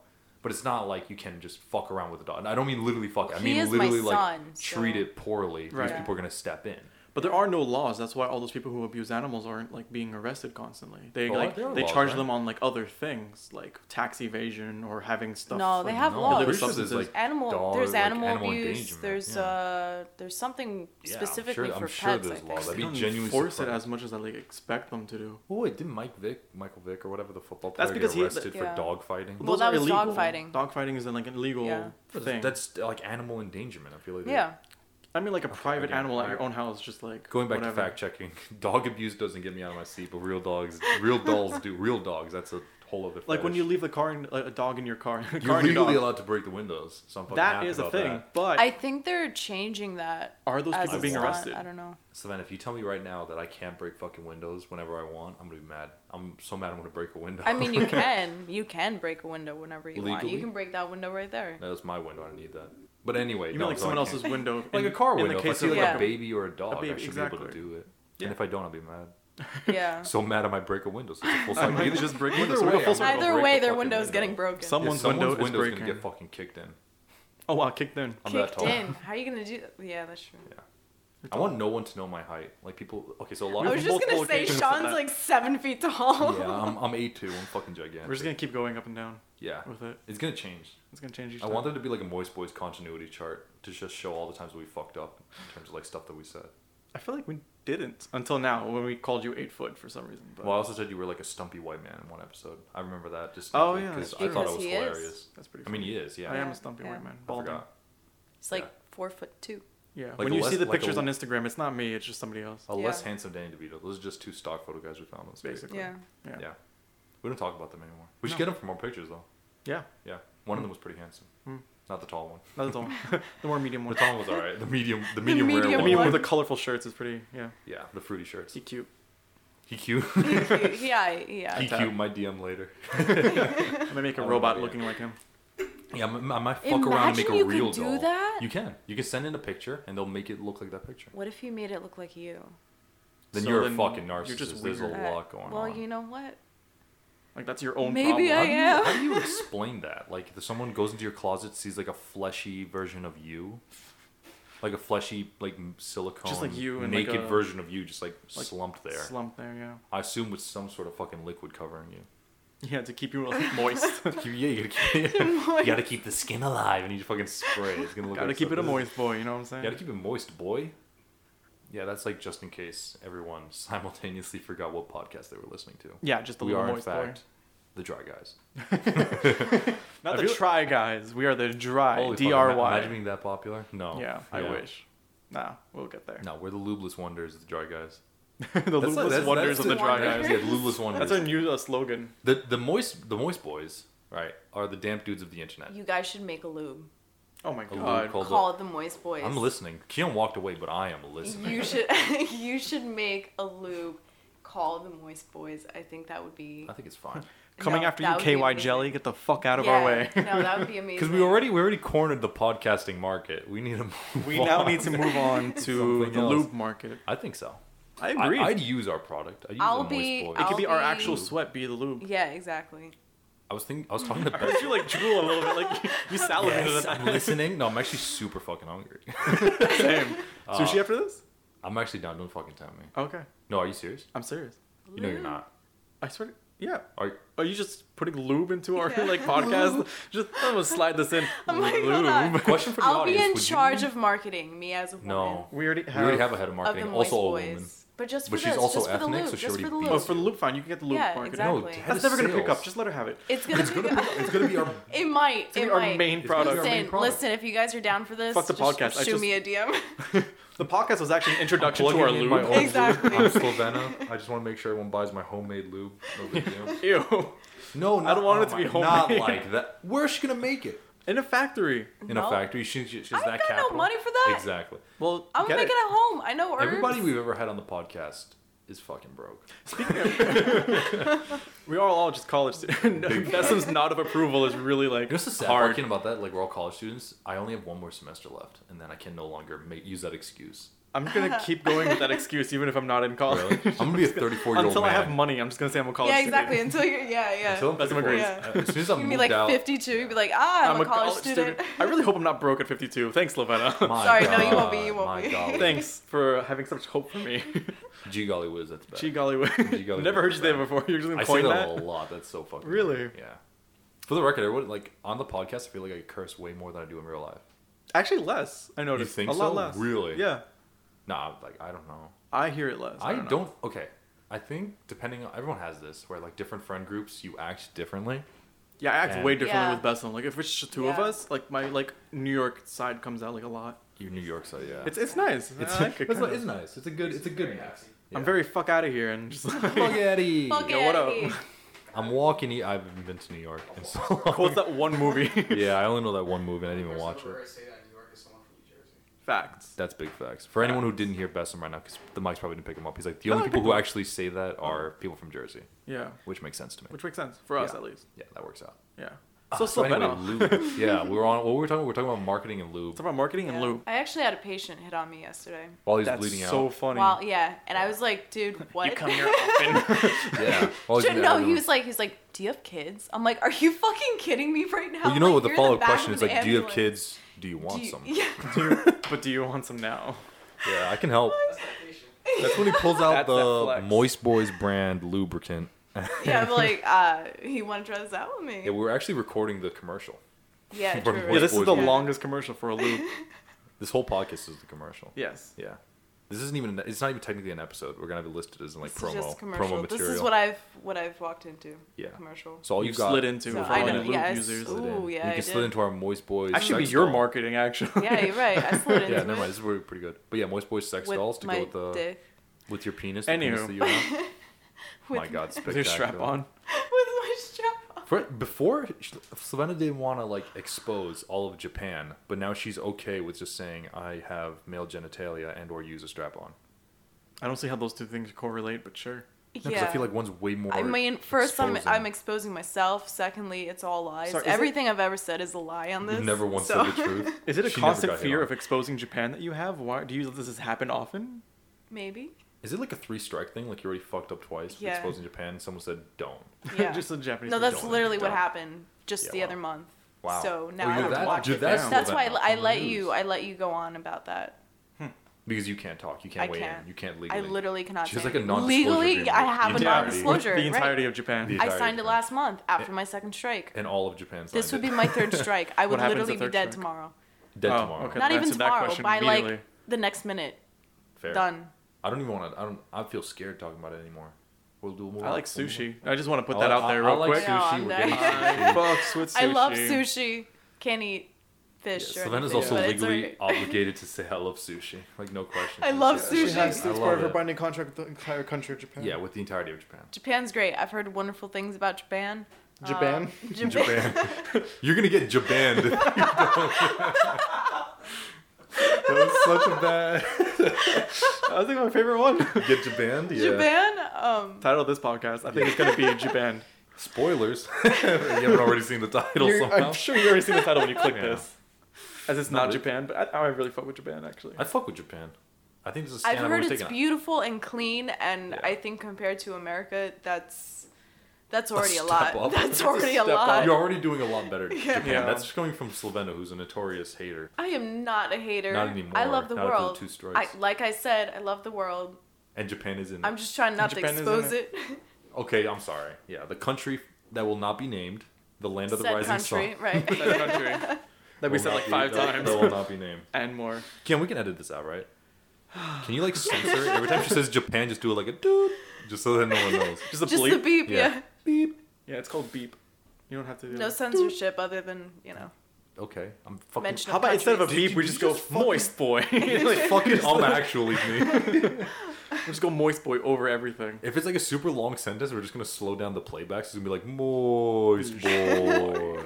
S2: But it's not like you can just fuck around with a dog. And I don't mean literally fuck. I
S3: He
S2: mean
S3: is my
S2: literally like
S3: son, so-
S2: treat it poorly.
S1: Right.
S2: These people are gonna step in.
S1: But there are no laws. That's why all those people who abuse animals aren't like being arrested constantly. They
S2: Oh,
S1: like
S2: there are
S1: they
S2: laws,
S1: charge
S2: right?
S1: them on like other things, like tax evasion or having stuff.
S3: No, they
S1: like,
S3: have
S2: no,
S3: laws.
S2: pretty sure there's,
S1: substances.
S2: like,
S3: animal.
S2: Dog,
S3: there's
S2: like,
S3: animal,
S2: animal
S3: abuse.
S2: endangerment,
S3: There's
S2: yeah.
S3: uh, there's something
S2: Yeah, I'm
S3: specifically
S2: sure-
S3: for
S2: I'm
S3: pets.
S2: sure there's
S3: I
S2: laws.
S3: think.
S2: That'd
S1: They
S2: be
S1: don't
S2: genuinely
S1: force it
S2: surprised.
S1: as much as I like expect them to do.
S2: Oh wait, didn't Mike Vick, Michael Vick, or whatever the football player
S1: That's because
S2: get
S1: he-
S2: arrested
S3: yeah.
S2: for dog fighting?
S3: Well,
S1: Those
S3: that
S1: are
S3: was
S1: illegal.
S3: dogfighting.
S1: Dogfighting is like an illegal
S3: Yeah.
S1: thing.
S2: That's like animal endangerment. I feel like.
S3: yeah.
S1: I mean, like a private
S2: again,
S1: animal at your
S2: alright.
S1: own house, just like
S2: Going back
S1: whatever.
S2: to fact checking, [laughs] dog abuse doesn't get me out of my seat, but real dogs,
S3: [laughs]
S2: real dolls do. Real dogs. That's a whole other.
S1: Like when you
S2: fetish.
S1: leave the car and like, a dog in your car, [laughs] a
S2: you're
S1: car in your
S2: legally
S1: dog.
S2: allowed to break the windows. So I'm fucking
S1: That
S2: happy
S1: is a
S2: about
S1: thing,
S2: that.
S1: but
S3: I think they're changing that.
S1: are those
S3: as
S1: people
S3: a
S1: being
S3: law.
S1: arrested?
S3: I don't know.
S2: So then, if you tell me right now that I can't break fucking windows whenever I want, I'm gonna be mad. I'm so mad I'm gonna break a window.
S3: I
S2: [laughs]
S3: mean, you can you can break a window whenever you want.
S2: Legally?
S3: You can break that window
S2: [laughs]
S3: right there.
S2: that was my window. I need that. But anyway,
S1: You
S2: no,
S1: mean like
S2: so I
S1: someone
S2: can't.
S1: else's window,
S2: like
S1: in-
S2: a car
S1: In
S2: window.
S1: the
S2: If I
S1: case
S2: see
S1: of
S2: like
S3: Yeah.
S2: a baby or a dog,
S1: baby,
S2: I should be able to
S1: exactly.
S2: do it.
S1: Yeah.
S2: And if I don't, I'll be mad.
S1: Uh-huh.
S3: Yeah.
S2: So mad I might break a window. So it's a full
S1: I
S2: circle.
S1: might
S2: Either-
S1: just break
S2: either
S1: windows. We'll go
S2: way,
S1: full
S2: I'm gonna
S1: circle.
S3: Either
S2: break
S3: way,
S2: the
S3: their
S2: fucking
S3: window's
S2: window.
S3: getting broken.
S1: Some-
S2: Yeah,
S1: Someone's
S2: someone's
S1: window is
S2: window's gonna
S1: breaking.
S2: get fucking kicked in.
S1: oh wow, kicked in.
S2: I'm that
S3: kicked
S2: tall.
S3: in. How are you gonna do that? Yeah, that's true.
S2: I want no one to know my height. Like people. Okay, so a lot.
S3: I [laughs] was
S2: of
S3: just
S1: multiple
S3: gonna say
S1: occasions for
S3: Sean's
S1: that.
S3: like seven feet tall. [laughs]
S2: Yeah, I'm I'm eight two. I'm fucking gigantic.
S1: We're just gonna keep going up and down
S2: Yeah,
S1: with it.
S2: it's gonna change.
S1: It's gonna change each
S2: I
S1: time.
S2: want there to be like a Moist Boys continuity chart to just show all the times we fucked up in terms of like stuff that we said.
S1: I feel like we didn't until now when we called you eight foot for some reason. But
S2: Well, I also said you were like a stumpy white man in one episode. I remember that just
S1: Oh,
S2: simply
S1: yeah,
S2: because
S1: that's
S2: I
S1: true.
S2: thought
S3: Because
S2: it was
S3: he is.
S2: hilarious.
S1: that's pretty.
S2: I
S1: Funny.
S2: mean, he is. Yeah,
S1: I am
S3: Yeah,
S1: a stumpy
S3: yeah.
S1: white man.
S2: I
S1: Balding.
S2: forgot.
S3: It's like
S2: Yeah.
S3: four foot two.
S1: Yeah.
S2: Like
S1: when
S2: a
S1: you see
S2: less- Oh,
S1: the
S2: like a-
S1: pictures on Instagram, it's not me. It's just somebody else.
S2: A
S3: Yeah.
S2: less handsome Danny DeVito. Those are just two stock photo guys we found on Facebook.
S1: Basically.
S3: Yeah.
S1: Yeah.
S2: Yeah. We don't talk about them anymore. We should
S1: No.
S2: get them for more pictures though.
S1: Yeah.
S2: Yeah, one of them was pretty handsome.
S1: Mm.
S2: Not the tall one.
S1: That's
S2: [laughs]
S1: the one. [laughs] the more medium
S2: The
S1: one.
S2: tall one was alright. The medium, the medium,
S3: medium
S2: rare
S1: I
S2: one.
S1: mean,
S3: one.
S1: with the colorful shirts, is pretty. Yeah.
S2: Yeah, the fruity shirts.
S1: He
S3: [laughs]
S1: cute.
S2: He cute. [laughs]
S3: yeah, [laughs] yeah.
S2: He cute. My DM later.
S1: I'm gonna make a
S2: I don't know,
S1: robot
S2: yeah.
S1: looking like him.
S2: Yeah, I might- I might fuck around and make
S3: Imagine
S2: a
S3: you could
S2: real
S3: do
S2: doll.
S3: that.
S2: You can. You can send in a picture, and they'll make it look like that picture.
S3: What if you made it look like you?
S2: Then
S1: So
S2: you're
S1: then
S2: a fucking
S1: you're
S2: narcissist.
S1: just
S2: There's a
S1: weird.
S3: Uh,
S2: lot going
S3: well,
S2: on.
S3: you know what?
S1: Like that's your own
S3: Maybe
S2: how
S1: problem.
S2: do you,
S3: am.
S2: How do you explain that? Like, if someone goes into your closet, sees like a fleshy version of you, like a fleshy, like m- silicone,
S1: Just like you and, like,
S2: naked
S1: a-
S2: version of you, just like,
S1: like,
S2: slumped there.
S1: Slump there. Yeah. [laughs]
S2: I assume with some sort of fucking liquid covering you. [laughs]
S1: Yeah, to keep you moist.
S2: You- yeah,
S1: [laughs]
S2: you gotta, keep,
S3: [laughs]
S2: you gotta keep the skin alive, and you just fucking spray. It's gonna look.
S1: Gotta
S2: like
S1: keep it a
S2: something.
S1: moist boy. You know what I'm saying?
S2: You gotta keep it moist, boy. Yeah, that's like just in case everyone [laughs] simultaneously forgot what podcast they were listening to.
S1: yeah, just a
S2: we
S1: little
S2: are, in
S1: moist
S2: fact,
S1: boy.
S2: the Dry Guys.
S1: [laughs]
S2: [laughs]
S1: Not
S2: I
S1: the
S2: feel-
S1: try guys. We are the dry.
S2: Holy fuck,
S1: D
S2: ima-
S1: R Y.
S2: Imagine being that popular? No.
S1: Yeah, I wish. Nah, we'll get there.
S2: No, we're the Lubeless Wonders of the Dry Guys.
S1: [laughs] the
S2: That's
S1: Lubeless
S2: like- that's-
S1: Wonders
S2: that's
S1: of the
S2: the-
S1: Dry
S3: wonders.
S1: Guys.
S2: Yeah, the Lubeless Wonders.
S1: That's our new uh, slogan.
S2: the, the, moist, the moist boys, right, are the damp dudes of the internet.
S3: You guys should make a lube.
S1: Oh my
S2: A little
S1: god.
S2: called
S3: Call it the Moist Boys.
S2: I'm listening. Keon walked away, but I am listening. [laughs]
S3: You should [laughs] you should make a lube. Call the Moist Boys. I think that would be
S2: I think it's fine.
S1: Coming
S3: No,
S1: after
S3: that
S1: you,
S3: would be
S1: KY
S3: amazing.
S1: Jelly, get the fuck out of
S3: Yeah,
S1: our way.
S3: no,
S1: [laughs]
S2: [laughs]
S3: that would be amazing.
S2: Because we already we already cornered the podcasting market. We need to
S1: [laughs]
S2: move
S1: we now
S2: on.
S1: need to move
S2: [laughs]
S1: on to
S2: Something
S1: the
S2: else.
S1: lube market.
S2: I think so.
S1: I
S2: I
S1: agree.
S2: I'd use our product. I use
S3: I'll
S2: the moist
S3: be-
S2: boys.
S1: it could
S3: I'll
S1: be our
S3: be-
S1: actual sweat be the lube.
S3: Yeah, exactly.
S2: I was thinking. I
S1: [laughs]
S2: was talking to
S1: I heard you like drool a little bit, like [laughs] you,
S3: [laughs]
S1: you salivated
S2: Yes,
S1: at
S2: I'm listening. No, I'm actually super fucking hungry. [laughs]
S1: that. [laughs] Same.
S2: Uh,
S1: Sushi after this?
S2: I'm actually down. Don't fucking tempt me.
S1: Okay,
S2: No, are you serious?
S1: I'm serious.
S2: You know you're
S3: Lube.
S2: not.
S1: I swear. To, yeah.
S2: Are
S1: Are you just putting lube into our
S3: Yeah.
S1: like podcast? [laughs] just I'm gonna slide this in.
S3: [laughs] I'm like,
S1: lube.
S3: hold on.
S2: question for the
S3: I'll
S2: audience?
S3: be in [laughs]
S2: would you-
S3: charge of marketing. Me as a woman.
S2: No,
S1: We already
S2: we
S1: have.
S2: already have a head of
S3: Of the
S2: marketing.
S3: Moist
S2: Also a woman.
S3: Boys. But just for
S2: But
S3: this,
S2: she's also
S3: just for the
S2: ethnic,
S3: loop,
S2: so she
S3: just
S2: already
S3: for the
S2: beats
S1: Oh,
S3: loop.
S1: for the loop, fine. You can get the loop
S3: Yeah,
S1: marketing.
S3: exactly.
S2: No, Ted
S1: That's never gonna pick
S2: sales.
S1: up. Just let her have it.
S3: It's gonna [laughs] be.
S2: [laughs] It's gonna be our.
S3: It might.
S1: It's
S3: It
S1: gonna be
S3: might.
S1: our main
S2: It's gonna be
S1: product.
S2: our main
S3: Listen,
S2: product.
S3: listen. If you guys are down for this,
S1: Fuck the
S3: just
S1: podcast, I
S3: Shoot
S1: just-
S3: me
S2: [laughs]
S3: a DM.
S1: [laughs] The podcast was actually an introduction
S2: Plugging
S1: to our
S2: in
S1: loop.
S2: my own lube.
S3: Exactly.
S2: I'm
S3: [laughs]
S2: Slovena. I just want to make sure everyone buys my homemade lube. No, big
S1: [laughs] [laughs]
S2: deal.
S1: Ew.
S2: no not,
S1: don't want
S2: oh
S1: it to be
S2: my-
S1: homemade.
S2: Not like that. Where's she gonna make it?
S1: In a factory.
S2: In
S3: No.
S2: a factory. She, she, she's
S3: I ain't
S2: that
S3: got no
S2: capital.
S3: money for that.
S2: Exactly.
S1: Well,
S3: I'm gonna
S1: get
S3: make it. at home. I know herbs.
S2: Everybody we've ever had on the podcast is fucking broke.
S1: Speaking of, we are all just [laughs] college students. Bessem's nod of approval is really like
S2: You know what's the sad part,
S1: hard.
S2: thinking about that? Like we're all college students. I only have one more semester left, and then I can no longer make, use that excuse.
S1: I'm
S3: [laughs]
S1: gonna keep going with that excuse even if I'm not in college.
S2: Really? I'm gonna
S1: [laughs]
S2: be a 34 year old
S1: Until
S2: man.
S1: I have money, I'm just gonna say I'm a college
S3: yeah,
S1: student.
S3: exactly. Until you're, yeah, yeah.
S2: Until I'm
S1: That's my
S2: 34.
S3: grace.
S2: As soon as I'm
S3: [laughs] you
S2: moved
S3: mean like
S2: out,
S3: 52? You'd be like, ah, I'm, a college, student.
S1: I really hope I'm not broke at 52. Thanks, Lovetta.
S2: [laughs] My
S3: Sorry, no, you won't be,
S2: God,
S3: you won't
S2: my
S3: be.
S2: God.
S3: [laughs]
S1: Thanks for having such hope for me.
S2: G Golly Wiz, that's bad.
S1: [laughs] Gee golly, [laughs]
S2: golly,
S1: never heard you say that
S2: wow.
S1: before. You're just gonna
S2: I say
S1: coin that.
S2: that, a lot. That's so fucking.
S1: Really?
S2: weird. Yeah. For the record, I would like on the podcast. I feel like I curse way more than I do in real life.
S1: Actually, less. I noticed.
S2: think
S1: a lot
S2: so?
S1: less.
S2: Really?
S1: Yeah,
S2: Nah, like I don't know.
S1: I hear it less.
S2: I
S1: don't.
S2: don't,
S1: know.
S2: Okay, I think depending on everyone has this where like different friend groups you act differently.
S1: Yeah, I act
S2: Yeah.
S1: way differently
S3: Yeah.
S1: with Bessem. Like if it's just two of
S3: Yeah.
S1: us, like my like New York side comes out like a lot.
S2: You New York, so yeah.
S1: It's it's nice. I like it,
S2: [laughs] it's,
S1: kinda.
S2: it's nice. It's a good. It's a good mix.
S1: I'm very fuck out of here and just [laughs] like,
S2: spaghetti.
S3: Fuck
S1: Yo, what up? [laughs]
S3: it.
S2: I'm walking. E- I haven't been to New York in so long.
S1: what's that one movie?
S2: [laughs] yeah, I only know that one movie. and I didn't even watch it.
S1: Facts.
S2: That's big facts. For anyone who didn't hear Bessem right now, because the mics probably didn't pick him up, he's like, the only
S1: I
S2: people
S1: picked
S2: who actually say that are people from Jersey,
S1: Yeah,
S2: which makes sense to me.
S1: which makes sense for us
S2: Yeah.
S1: at least.
S2: Yeah, that works out.
S1: Yeah. So,
S2: So anyway,
S1: Slovenia.
S2: lube. yeah, we were on. What were we talking? about? We are talking about marketing and
S1: It's
S2: lube.
S1: about marketing and
S3: Yeah.
S1: loop.
S3: I actually had a patient hit on me yesterday.
S2: While he's
S1: That's
S2: bleeding
S1: so [laughs]
S2: out.
S1: funny.
S3: Well, yeah, and I was like, dude,
S1: [laughs]
S3: what?
S1: You come here
S3: [laughs]
S1: often. [laughs]
S2: Yeah. While he's
S3: Should-
S2: bleeding
S3: no,
S2: out,
S3: he was like, he's like, do you have kids? I'm like, are you fucking kidding me right now?
S2: Well, you know
S3: like,
S2: what? The
S3: you're in
S2: follow up
S3: back
S2: question
S3: of
S2: is
S3: an
S2: like, do you have
S3: ambulance.
S2: kids? Do you
S3: Do
S2: want
S3: you-
S2: some?
S3: [laughs] Yeah.
S1: but do you want some now?
S2: Yeah, I can help. That's when he pulls out
S1: That's that
S2: the
S1: flex.
S2: Moist Boys brand lubricant.
S3: [laughs] yeah,
S2: [laughs]
S3: I'm like, uh, he want to try this out with me.
S2: Yeah, we were actually recording the commercial. [laughs]
S3: yeah,
S2: From
S3: true.
S1: Yeah,
S2: Moist
S1: this is
S2: Boys
S1: the
S2: Loop.
S1: longest commercial for a
S3: [laughs]
S1: loop.
S2: This whole podcast is the commercial.
S1: Yes.
S2: Yeah. This isn't even. It's not even technically an episode. We're gonna have it listed as in like
S3: This
S2: promo
S3: is just commercial.
S2: promo material.
S3: This is what I've what I've walked into.
S2: Yeah.
S3: Commercial.
S2: so all you
S1: You've
S2: got
S1: slid into
S3: So
S1: for
S3: I
S1: all
S3: know,
S1: you loop
S3: yeah, it's-
S1: users.
S3: ooh.
S2: slid in.
S3: Ooh, yeah,
S2: you
S3: I
S2: can slid
S3: did.
S2: into our Moist Boys.
S1: That should be
S2: sex
S1: your
S2: doll.
S1: marketing, actually.
S3: yeah, you're right. I slid into
S2: Yeah,
S3: it.
S2: never mind. This we're pretty good. But yeah, Moist Boys sex
S3: With
S2: dolls to
S3: my
S2: go with the
S3: dick.
S2: with your penis. the penis
S1: Anywho.
S2: that you
S3: [laughs]
S2: have. [laughs]
S3: With
S2: my God, spectacular.
S1: [laughs] With your strap on.
S3: with my strap on.
S2: For, before, sh- Savannah didn't want to like expose all of Japan, but now she's okay with just saying I have male genitalia and or use a strap on.
S1: I don't see how those two things correlate, but sure.
S2: Because I feel like one's way more.
S3: I mean, first I'm
S2: exposing.
S3: I'm exposing myself. Secondly, it's all lies.
S1: Sorry, is it-
S3: Everything I've ever said is a lie on this.
S2: You've never once
S3: so.
S2: said the truth.
S1: [laughs] Is it a
S2: She never
S1: constant
S2: got hit
S1: fear
S2: on.
S1: of exposing Japan that you have? Why do you let this happen often?
S3: [laughs]
S1: [laughs]
S3: Maybe.
S2: Is it like a three strike thing? Like you already fucked up twice for
S3: Yeah.
S2: exposing Japan. and Someone said don't.
S3: Yeah.
S1: Just a Japanese.
S3: no, that's
S1: don't.
S3: literally what
S2: don't.
S3: happened just
S2: Yeah,
S3: the
S2: wow.
S3: other month.
S2: Wow.
S3: So
S2: Oh,
S3: now I
S2: you're
S3: have to
S2: that-
S3: watch
S2: you're
S3: it.
S2: that
S3: now.
S1: slow
S3: That's
S2: then
S3: why
S2: now.
S3: I, I
S2: Who
S3: let
S2: knows?
S3: you I let you go on about that.
S2: Because you can't talk. You
S3: I
S2: can't weigh
S3: can't.
S2: in. You can't legally.
S3: I literally cannot.
S2: She
S3: say
S2: has, like, a
S3: anything.
S2: non-disclosure
S3: Legally,
S2: agreement.
S3: I have a
S2: Entirety.
S3: non-disclosure.
S1: The entirety
S3: right?
S1: of Japan.
S2: The-
S3: I
S2: entirety
S3: signed it
S2: agreement.
S3: last month after my second strike.
S2: And all of Japan.
S3: This
S2: signed
S3: would be
S2: it. [laughs]
S3: my third strike. I would
S1: happens at
S3: literally be
S1: third
S3: dead
S1: strike?
S3: tomorrow.
S2: dead
S1: Oh,
S2: tomorrow.
S1: okay.
S3: Not
S1: I've
S3: even
S1: answered that
S3: tomorrow.
S1: question
S3: By like
S1: immediately.
S3: the next minute.
S2: Fair.
S3: Done.
S2: I don't even want to. I don't. I feel scared talking about it anymore. We'll do. We'll
S1: I like
S2: we'll-
S1: sushi. I just want to put
S2: I
S1: that
S2: like-
S1: out there
S2: I- I
S1: real
S2: like
S1: quick.
S3: No,
S2: Sushi.
S3: I'm
S2: We're
S3: not.
S2: getting
S1: I
S3: [laughs]
S1: [laughs]
S2: sushi.
S1: fucks with sushi.
S3: I love sushi. Can't eat fish.
S2: Yeah,
S3: or
S2: Savannah's
S3: anything,
S2: also
S3: but it's
S2: legally
S3: alright. [laughs]
S2: obligated to say I love sushi. Like no question.
S3: I love
S1: She
S3: sushi.
S1: has,
S2: I
S1: it's part of her
S2: love it.
S1: binding contract with the entire country of Japan.
S2: Yeah, with the entirety of Japan.
S3: Japan's great. I've heard wonderful things about Japan.
S1: Japan?
S3: [laughs] Um, Japan.
S1: [laughs]
S2: Japan. You're gonna get Japan. that was such a
S1: [laughs]
S2: bad.
S1: I think my favorite one.
S2: Get Japan. Yeah.
S3: Japan? Um,
S1: Title of this podcast, I think it's gonna be [laughs] Japan.
S2: Spoilers. [laughs] you haven't already seen the title
S1: You're-
S2: somehow.
S1: I'm sure you already seen the title when you click
S2: Yeah.
S1: this, as it's
S2: No,
S1: not
S2: it-
S1: Japan. But I, I really fuck with Japan actually.
S2: I fuck with Japan. I think this is.
S3: I've heard it's
S2: taken.
S3: beautiful and clean, and
S2: Yeah.
S3: I think compared to America, that's that's already a,
S2: step
S3: lot.
S2: up. That's
S3: [laughs] That's
S2: a
S3: already a,
S1: step up.
S3: lot.
S2: You're already doing a lot better. than
S3: Yeah.
S2: Japan.
S1: Yeah.
S2: That's just coming from Slovenia, who's a notorious hater.
S3: I am not a hater.
S2: Not anymore.
S3: I love the
S2: Not after the
S3: world.
S2: two
S3: I,
S2: strikes.
S3: like I said, I love the world.
S2: And Japan is in.
S3: I'm just trying not
S1: Japan
S3: to
S1: is in
S3: expose
S1: it.
S3: it.
S2: Okay, I'm sorry. Yeah, the country that will not be named, the land of the
S3: Said
S2: rising
S3: country,
S2: sun. [laughs]
S3: right?
S1: [laughs] That country [laughs] that we
S2: will
S1: said
S2: not
S1: like
S2: be-
S1: five [laughs]
S2: that-
S1: times
S2: That will not be named.
S1: and more.
S2: Ken, we can edit this out, right? Can you like censor it? every time she says Japan? Just do like a doot, just so that no one knows.
S1: Just a
S3: Just
S1: bleep.
S3: the [laughs] beep, yeah.
S2: Yeah. Beep.
S1: Yeah, it's called beep. You don't have to do
S3: No
S1: that.
S3: censorship other than, you know.
S2: Okay, I'm fucking.
S3: Mention
S1: How about instead of a
S3: Did
S1: beep,
S2: you-
S1: we
S2: did
S1: just
S2: you
S1: go
S2: just fucking-
S3: [laughs]
S1: moist boy. [laughs]
S2: Like
S1: like,
S2: fucking um actually me.
S1: we just go moist boy over everything.
S2: If it's like a super long sentence, we're just gonna slow down the playbacks. It's gonna be like
S3: [laughs]
S2: moist boy,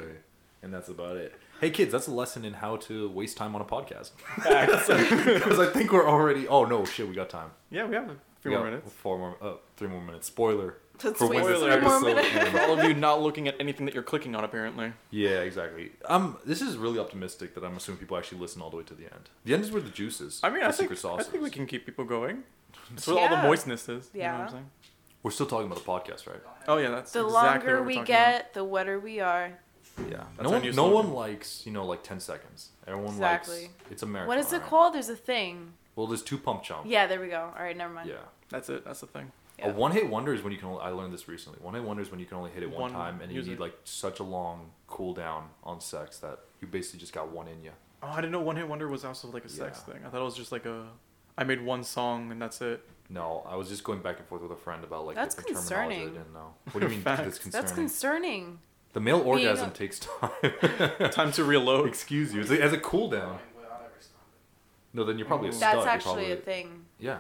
S2: and that's about it. Hey kids, that's a lesson in how to waste time on a podcast. [laughs] Because I think we're already. Oh no, shit, we got time.
S1: yeah, we have a few
S2: We
S1: more
S2: got
S1: minutes.
S2: Four more. Uh, three more minutes. Spoiler.
S3: Let's
S2: for
S3: wait
S2: when this
S1: three more
S2: episode
S3: minutes.
S2: ends.
S1: For
S3: [laughs]
S1: all of you not looking at anything that you're clicking on, apparently.
S2: Yeah, exactly. Um, this is really optimistic that I'm assuming people actually listen all the way to the end. The end is where the juice is.
S1: I mean,
S2: the
S1: I think,
S2: secret
S1: I
S2: sauce
S1: think
S2: is.
S1: we can keep people going. That's what all the
S3: Yeah.
S1: moistness is. You know what
S3: Yeah.
S1: I'm saying?
S2: We're still talking about the podcast, right?
S1: Oh, yeah, that's
S3: The
S1: exactly
S3: longer
S1: what we're
S3: we
S1: talking
S3: get, the wetter we are.
S2: Yeah.
S1: That's
S2: no
S1: our
S2: one,
S1: new
S2: no
S1: slogan.
S2: one likes you know like ten seconds. Everyone likes
S3: Exactly.
S2: it's America.
S3: What is it called? There's a thing.
S2: Well, there's two pump chump.
S3: Yeah, there we go. All right, never mind.
S2: Yeah.
S1: about. That's it. That's the thing.
S2: A one hit wonder is when you can. Only, I learned this recently. One hit wonder is when you can only hit it one,
S1: One
S2: time, and you
S1: user.
S2: need like such a long cool down on sex that you basically just got one in you.
S1: Oh, I didn't know One Hit Wonder was also like a sex
S2: Yeah.
S1: thing. I thought it was just like a. I made one song and that's it.
S2: No, I was just going back and forth with a friend about like
S3: That's
S2: different terminology I
S3: concerning.
S2: didn't know. What do you mean that's
S1: [laughs] Facts.
S2: concerning?
S3: That's concerning.
S2: the male
S3: Being
S2: orgasm
S3: a-
S1: [laughs]
S2: takes time.
S1: Time to reload.
S2: Excuse you. It's like, as a cool down. No, then you're probably a
S1: Ooh.
S2: stud.
S3: That's
S2: You're
S3: actually
S2: probably-
S3: a thing.
S2: Yeah.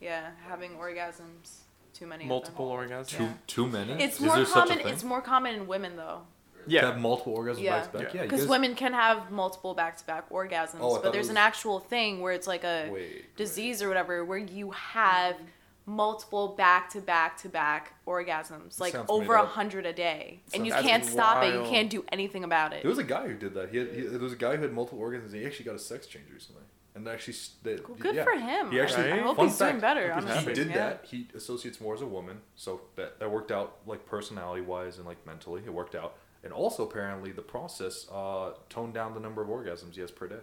S3: Yeah, having orgasms. Too many.
S1: Multiple
S3: Of
S1: orgasms.
S2: Too too many.
S3: them. It's
S2: Is
S3: more
S2: there such a
S3: common.
S2: thing?
S3: It's more common in women though,
S1: Yeah.
S2: To have multiple orgasms
S3: Yeah.
S2: back to back.
S1: Yeah.
S2: Yeah, you
S3: because
S2: guys-
S3: women can have multiple back-to-back orgasms.
S2: Oh, I thought
S3: but
S2: it
S3: there's
S2: was-
S3: an actual thing where it's like a
S2: Wait,
S3: disease or whatever where you have multiple back-to-back-to-back orgasms, like
S2: sounds
S3: over
S2: made
S3: a
S2: up.
S3: hundred a day, and you
S1: Sounds
S3: can't stop it. You
S1: wild.
S3: can't do anything about it.
S2: There was a guy who did that. He, had, he there was a guy who had multiple orgasms. and He actually got a sex change recently, and actually s- they,
S3: Well, good
S2: yeah.
S3: for him.
S2: He actually,
S1: Right?
S3: I hope
S2: fun
S3: he's doing
S2: fact,
S3: better.
S1: hope he's
S3: Honestly,
S2: He did
S3: yeah.
S2: that. He associates more as a woman, so that, that worked out like personality wise and like mentally, it worked out. And also apparently the process uh, toned down the number of orgasms he has per day.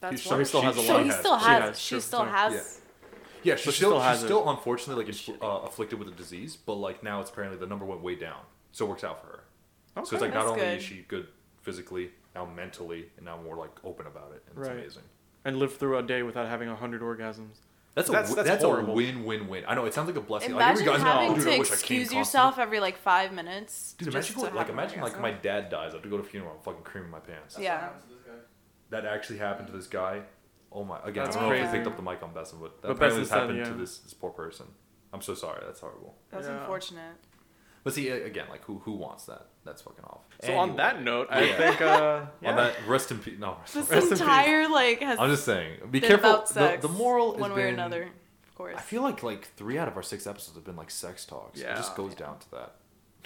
S3: That's
S2: He-
S1: So he still
S3: wonderful.
S1: has a
S2: she-
S1: lot.
S3: So he
S2: has.
S3: still
S1: She
S3: has.
S1: has,
S3: She
S1: sure,
S3: still
S1: sorry.
S3: has.
S2: Yeah. Yeah, she's
S1: But she
S2: still,
S1: still has
S2: she's
S1: it.
S2: still unfortunately like inf- uh, afflicted with a disease, but like now it's apparently the number went way down, so it works out for her. So it's
S1: Okay.
S2: like not
S3: That's
S2: only
S3: good.
S2: is she good physically, now mentally, and now more like open about it, and
S1: Right.
S2: it's amazing.
S1: and live through a day without having a hundred orgasms.
S2: That's
S1: That's-
S2: a that's,
S1: that's
S2: that's a
S1: horrible.
S2: win win win. I know it sounds like a blessing.
S3: Imagine
S2: like, every guy's like,
S3: having
S2: "Oh, dude, I
S3: to
S2: wish I came
S3: excuse
S2: constantly."
S3: yourself every like five minutes.
S2: Dude,
S3: just
S2: imagine
S3: to
S2: going, like
S3: have an
S2: imagine like my
S3: orgasm.
S2: dad dies. I have to go to a funeral. I'm fucking creaming my pants.
S3: Yeah.
S2: That actually happened to this guy. Oh my! Again,
S1: That's
S2: I don't know if
S3: crazy.
S2: they picked up the mic on Besson, but that
S1: But Besson
S2: apparently this
S1: said,
S2: happened to
S1: yeah.
S2: this, this poor person. I'm so sorry. That's horrible.
S3: That's
S1: Yeah.
S3: unfortunate.
S2: [laughs] But see, a- again, like who who wants that? That's fucking awful.
S1: So on that note, I [laughs]
S2: Yeah.
S1: think uh, yeah.
S2: on that, rest in peace. No, rest in
S3: This
S2: peace.
S1: in peace.
S3: entire like has
S2: I'm just saying, be
S3: been
S2: careful.
S3: about
S2: The,
S3: sex.
S2: the moral is
S3: one way or
S2: been-
S3: another, of course.
S2: I feel like like three out of our six episodes have been like sex talks. It just
S1: Yeah.
S2: goes down to that.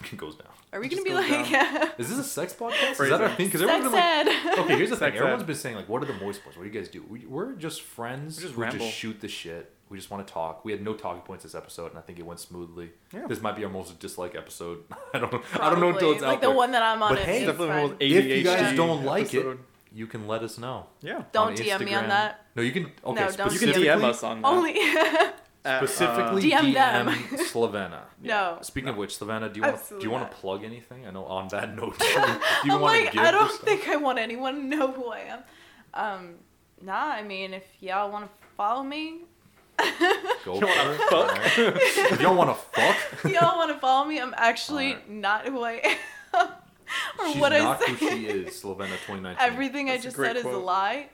S2: [laughs] It goes down.
S3: Are we
S1: It just
S3: gonna be
S1: goes
S3: like
S1: down.
S3: [laughs] yeah,
S2: Is this a sex podcast? Is that
S1: Phrasing.
S2: our thing? Because
S3: sex
S2: everyone's been like,
S3: ed?
S2: okay,
S3: [laughs]
S2: here's the thing.
S1: Sex ed.
S2: Everyone's been saying like, what are the moist points? What do you guys do? We, we're just friends.
S1: We just
S2: who
S1: ramble.
S2: just shoot the shit. We just want to talk. We had no talking points this episode, and I think it went smoothly.
S1: Yeah.
S2: This might be our most disliked episode. [laughs] I don't. I don't know until
S3: Probably.
S2: it's
S3: like
S2: out
S3: the
S2: there.
S3: one that I'm on.
S2: But
S3: it
S2: hey,
S3: is
S1: Definitely one
S3: fine.
S1: of those
S2: if you guys
S1: ADHD
S2: don't like
S1: episode.
S2: it, you can let us know.
S1: yeah.
S3: Don't
S2: on
S3: DM me on
S2: Instagram.
S3: that.
S2: No, you can. Okay,
S3: No, don't.
S1: You can DM us on that.
S3: Only [laughs]
S1: At, uh,
S2: specifically
S3: DM
S2: DM,
S3: them.
S2: [laughs] Slovena.
S3: no.
S2: Speaking of which, Slovena, do you want to do
S3: Absolutely
S2: you want
S3: not.
S2: to plug anything? I know on
S3: [laughs]
S2: that note, do you, do you
S3: I'm
S2: want
S3: like
S2: to give
S3: I
S2: us
S3: don't
S2: something?
S3: think I want anyone to know who I am. Um, nah, I mean if y'all want to follow me, [laughs]
S2: Go for it. Fuck? if y'all want to fuck,
S3: [laughs] y'all want to follow me, I'm actually
S2: Alright.
S3: not who I am. [laughs] or
S2: she's
S3: what I
S2: not
S3: say.
S2: who she is. Slovena 2019.
S3: [laughs] Everything
S1: That's a
S3: I just
S1: great
S3: said is a
S1: quote.
S3: lie.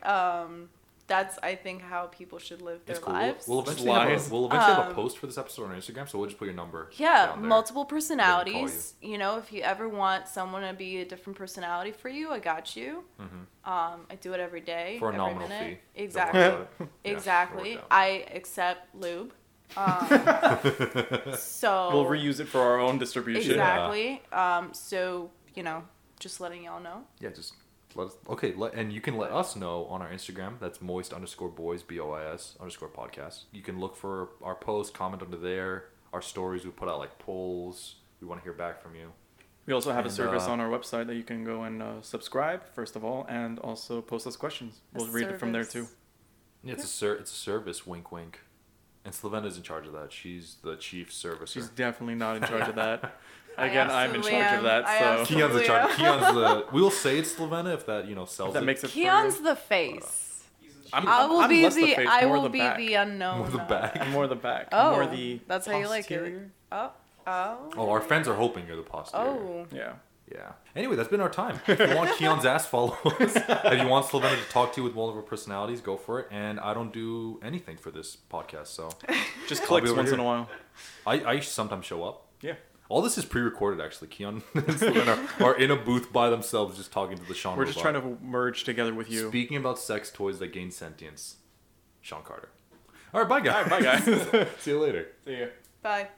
S3: Um, that's I think how people should live their
S2: It's cool. We'll,
S3: lives.
S2: we'll
S1: Just
S2: eventually, have
S1: lies.
S2: a, we'll eventually have a
S3: Um,
S2: post for this episode on Instagram, so we'll just put your number.
S3: yeah,
S2: down there.
S3: multiple personalities. You. know, if you ever want someone to be a different personality for you, I got you.
S1: Mm-hmm.
S3: Um, I do it every day
S2: for a
S3: every
S2: nominal
S3: minute.
S2: fee.
S1: [laughs]
S3: Exactly.
S2: Don't worry about it. Yeah,
S3: Exactly.
S2: it'll work out.
S3: I accept lube. Um,
S1: [laughs]
S3: so
S1: We'll reuse it for our own distribution.
S3: exactly. Um, so you know, just letting y'all know.
S2: [laughs] yeah, just let us. Okay, let, and you can let us know on our Instagram. That's moist underscore boys b o i s underscore podcast. You can look for our post, comment under there. Our stories we put out like polls. We want to hear back from you.
S1: We also have
S2: And,
S1: a service
S2: uh,
S1: on our website that you can go and uh, subscribe first of all, and also post us questions.
S3: A
S1: We'll read it from there too.
S3: service.
S2: Yeah, it's a ser- it's a service. Wink, wink. And Slovena's in charge of that. She's the chief servicer.
S1: She's definitely not
S3: [laughs]
S1: in charge of
S2: [laughs]
S1: that.
S3: I
S1: Again, I'm in
S3: absolutely
S1: charge of
S3: am. I
S1: that, so
S3: absolutely-
S2: Keon's in charge.
S1: [laughs]
S2: [laughs]
S3: Slovenia.
S2: Keon's the. We'll say it's Slovena if that you know sells.
S1: if [laughs] that
S2: it.
S1: makes it.
S3: Keon's
S1: further.
S3: the face.
S1: I'm,
S3: I will
S1: Uh, I'm
S3: be
S1: less
S3: the,
S1: face,
S3: I
S1: more
S3: will
S1: the
S3: be
S1: back.
S3: the unknown.
S2: More the back.
S1: [laughs] I'm more the back. I'm
S3: Oh,
S1: more the
S3: that's how you like it.
S1: posterior.
S3: Oh, oh.
S2: Oh, our fans are hoping you're the posterior.
S3: Oh.
S1: Yeah.
S2: Yeah. Anyway, that's been our time. If you want Keon's ass, follow us.
S1: [laughs]
S2: If you want Slovenia to talk to you with multiple personalities, go for it. And I don't do anything for this podcast, so
S1: Just
S2: I'll be
S1: clicks
S2: over
S1: once
S2: here.
S1: in a while.
S2: I, I sometimes show up.
S1: Yeah.
S2: All this is pre-recorded, actually. Keon [laughs] and Slovenia
S1: [laughs]
S2: are, are in a booth by themselves, just talking to the Sean.
S1: We're just trying to merge together with you.
S2: Speaking about sex toys that gain sentience, Sean Carter. All right, bye guys.
S1: All right, bye, guys.
S2: [laughs] See you later.
S1: See ya.
S3: Bye.